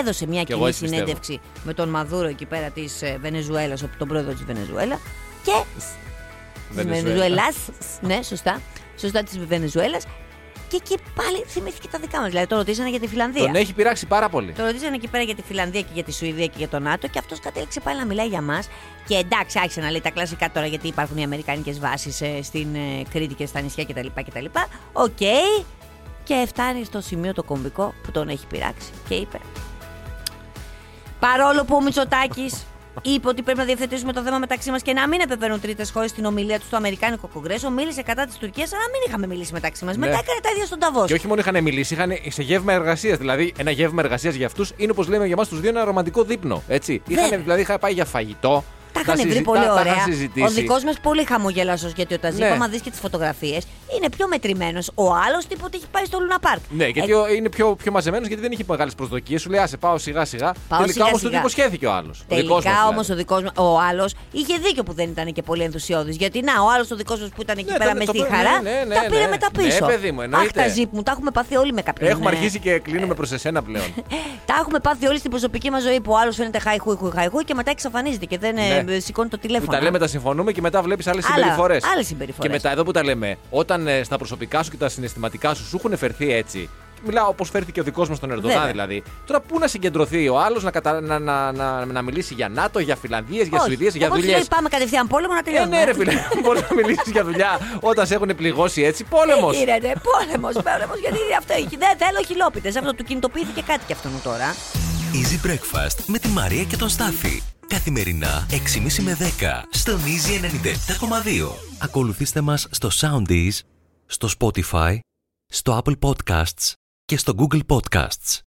Έδωσε μια Κι εγώ κοινή έτσι πιστεύω. συνέντευξη με τον Μαδούρο εκεί πέρα της Βενεζουέλα, τον πρόεδρο της Βενεζουέλα. Και Της Βενεζουέλα. Βενεζουέλας. ναι, σωστά. Σωστά της Βενεζουέλας. Και εκεί πάλι θυμήθηκε τα δικά μας. Δηλαδή, το ρωτήσανε για τη Φιλανδία. Τον έχει πειράξει πάρα πολύ. Το ρωτήσανε εκεί πέρα για τη Φιλανδία και για τη Σουηδία και για τον ΝΑΤΟ και αυτός κατέληξε πάλι να μιλάει για μας. Και εντάξει, άρχισε να λέει τα κλασικά τώρα γιατί υπάρχουν οι Αμερικανικές βάσεις στην ε, Κρήτη και στα νησιά κτλ. κτλ. Οκ. Και φτάνει στο σημείο το κομβικό που τον έχει πειράξει και είπε. Παρόλο που ο Μητσοτάκης είπε ότι πρέπει να διευθετήσουμε το θέμα μεταξύ μας και να μην επεμβαίνουν τρίτες χώρες στην ομιλία τους στο Αμερικάνικο Κογκρέσο, μίλησε κατά της Τουρκίας, αλλά μην είχαμε μιλήσει μεταξύ μας. Ναι. Μετά έκανε τα ίδια στον Ταβό. Και όχι μόνο είχαν μιλήσει, είχαν σε γεύμα εργασίας. Δηλαδή, ένα γεύμα εργασίας για αυτούς είναι όπως λέμε για εμάς τους δύο ένα ρομαντικό δείπνο. Έτσι. Είχαν, Βέβαια. δηλαδή, είχα πάει για φαγητό. Τα τα είχαν βρει συζητά- πολύ τα είχαν ωραία. συζητήσει. Ο δικός μας πολύ χαμογελάσο γιατί ο Ταζίπα, Ναι. άμα δεις και τις φωτογραφίες, είναι πιο μετρημένος. Ο άλλος τίποτα έχει πάει στο Λούνα Πάρκ. Ε, Ναι, γιατί ο- είναι πιο, πιο μαζεμένος γιατί δεν είχε μεγάλες προσδοκίες. Σου λέει, Άσε, πάω σιγά σιγά. Πάω Τελικά σιγά-σιγά. όμω το τι υποσχέθηκε ο δηλαδή. άλλο. Τελικά όμως ο δικός μας, ο άλλος, είχε δίκιο που δεν ήταν και πολύ ενθουσιώδης. Γιατί να, ο άλλος ο δικός μας που ήταν εκεί Ναι, πέρα ήταν- με το στη πήρε- χαρά, ναι, ναι, ναι, τα πήρε ναι. μετά Ναι, πίσω. παιδί μου, εννοείται. Αχ, τα ζύπ μου, τα έχουμε πάθει όλοι με κάποιον. Έχουμε ε. αρχίσει και κλείνουμε προς εσένα πλέον. Τα έχουμε πάθει όλοι στην προσωπική μας ζωή που ο άλλος φαίνεται χαϊχούι, χουι, χαϊχούι και μετά εξαφανίζεται και δεν ε, Ναι. σηκώνει το που τηλέφωνο. τα λέμε, τα συμφωνούμε και μετά βλέπεις άλλες Άλλα- συμπεριφορές. άλλες συμπεριφορές. Και μετά εδώ που τα λέμε, όταν ε, στα προσωπικά σου και τα συναισθηματικά σου σου έχουν φερθεί έτσι. Μιλάω όπως φέρθηκε ο δικός μας τον Ερντογάν Βέβαια. δηλαδή. Τώρα πού να συγκεντρωθεί ο άλλος να, κατα... να, να, να, να μιλήσει για ΝΑΤΟ, για Φιλανδίες, για Όχι. Σουηδίες, για Εγώ σου δουλειέ. λέω, Πάμε κατευθείαν πόλεμο να Ε, τελειώνουμε. ναι, ρε φίλε, μπορείς να μιλήσεις για δουλειά όταν σε έχουν πληγώσει έτσι. Πόλεμος. Τι γίνεται, πόλεμος, πόλεμος. Γιατί είναι αυτό είχε. Δεν θέλω χιλόπιτες. Αυτό του κινητοποιήθηκε κάτι κι αυτόν τώρα. Easy Breakfast με τη Μαρία και τον Στάφη. Καθημερινά 6.30 με 10 στον Easy 97.2. Ακολουθήστε μας στο Soundees, στο Spotify, στο Apple Podcasts και στο Google Podcasts.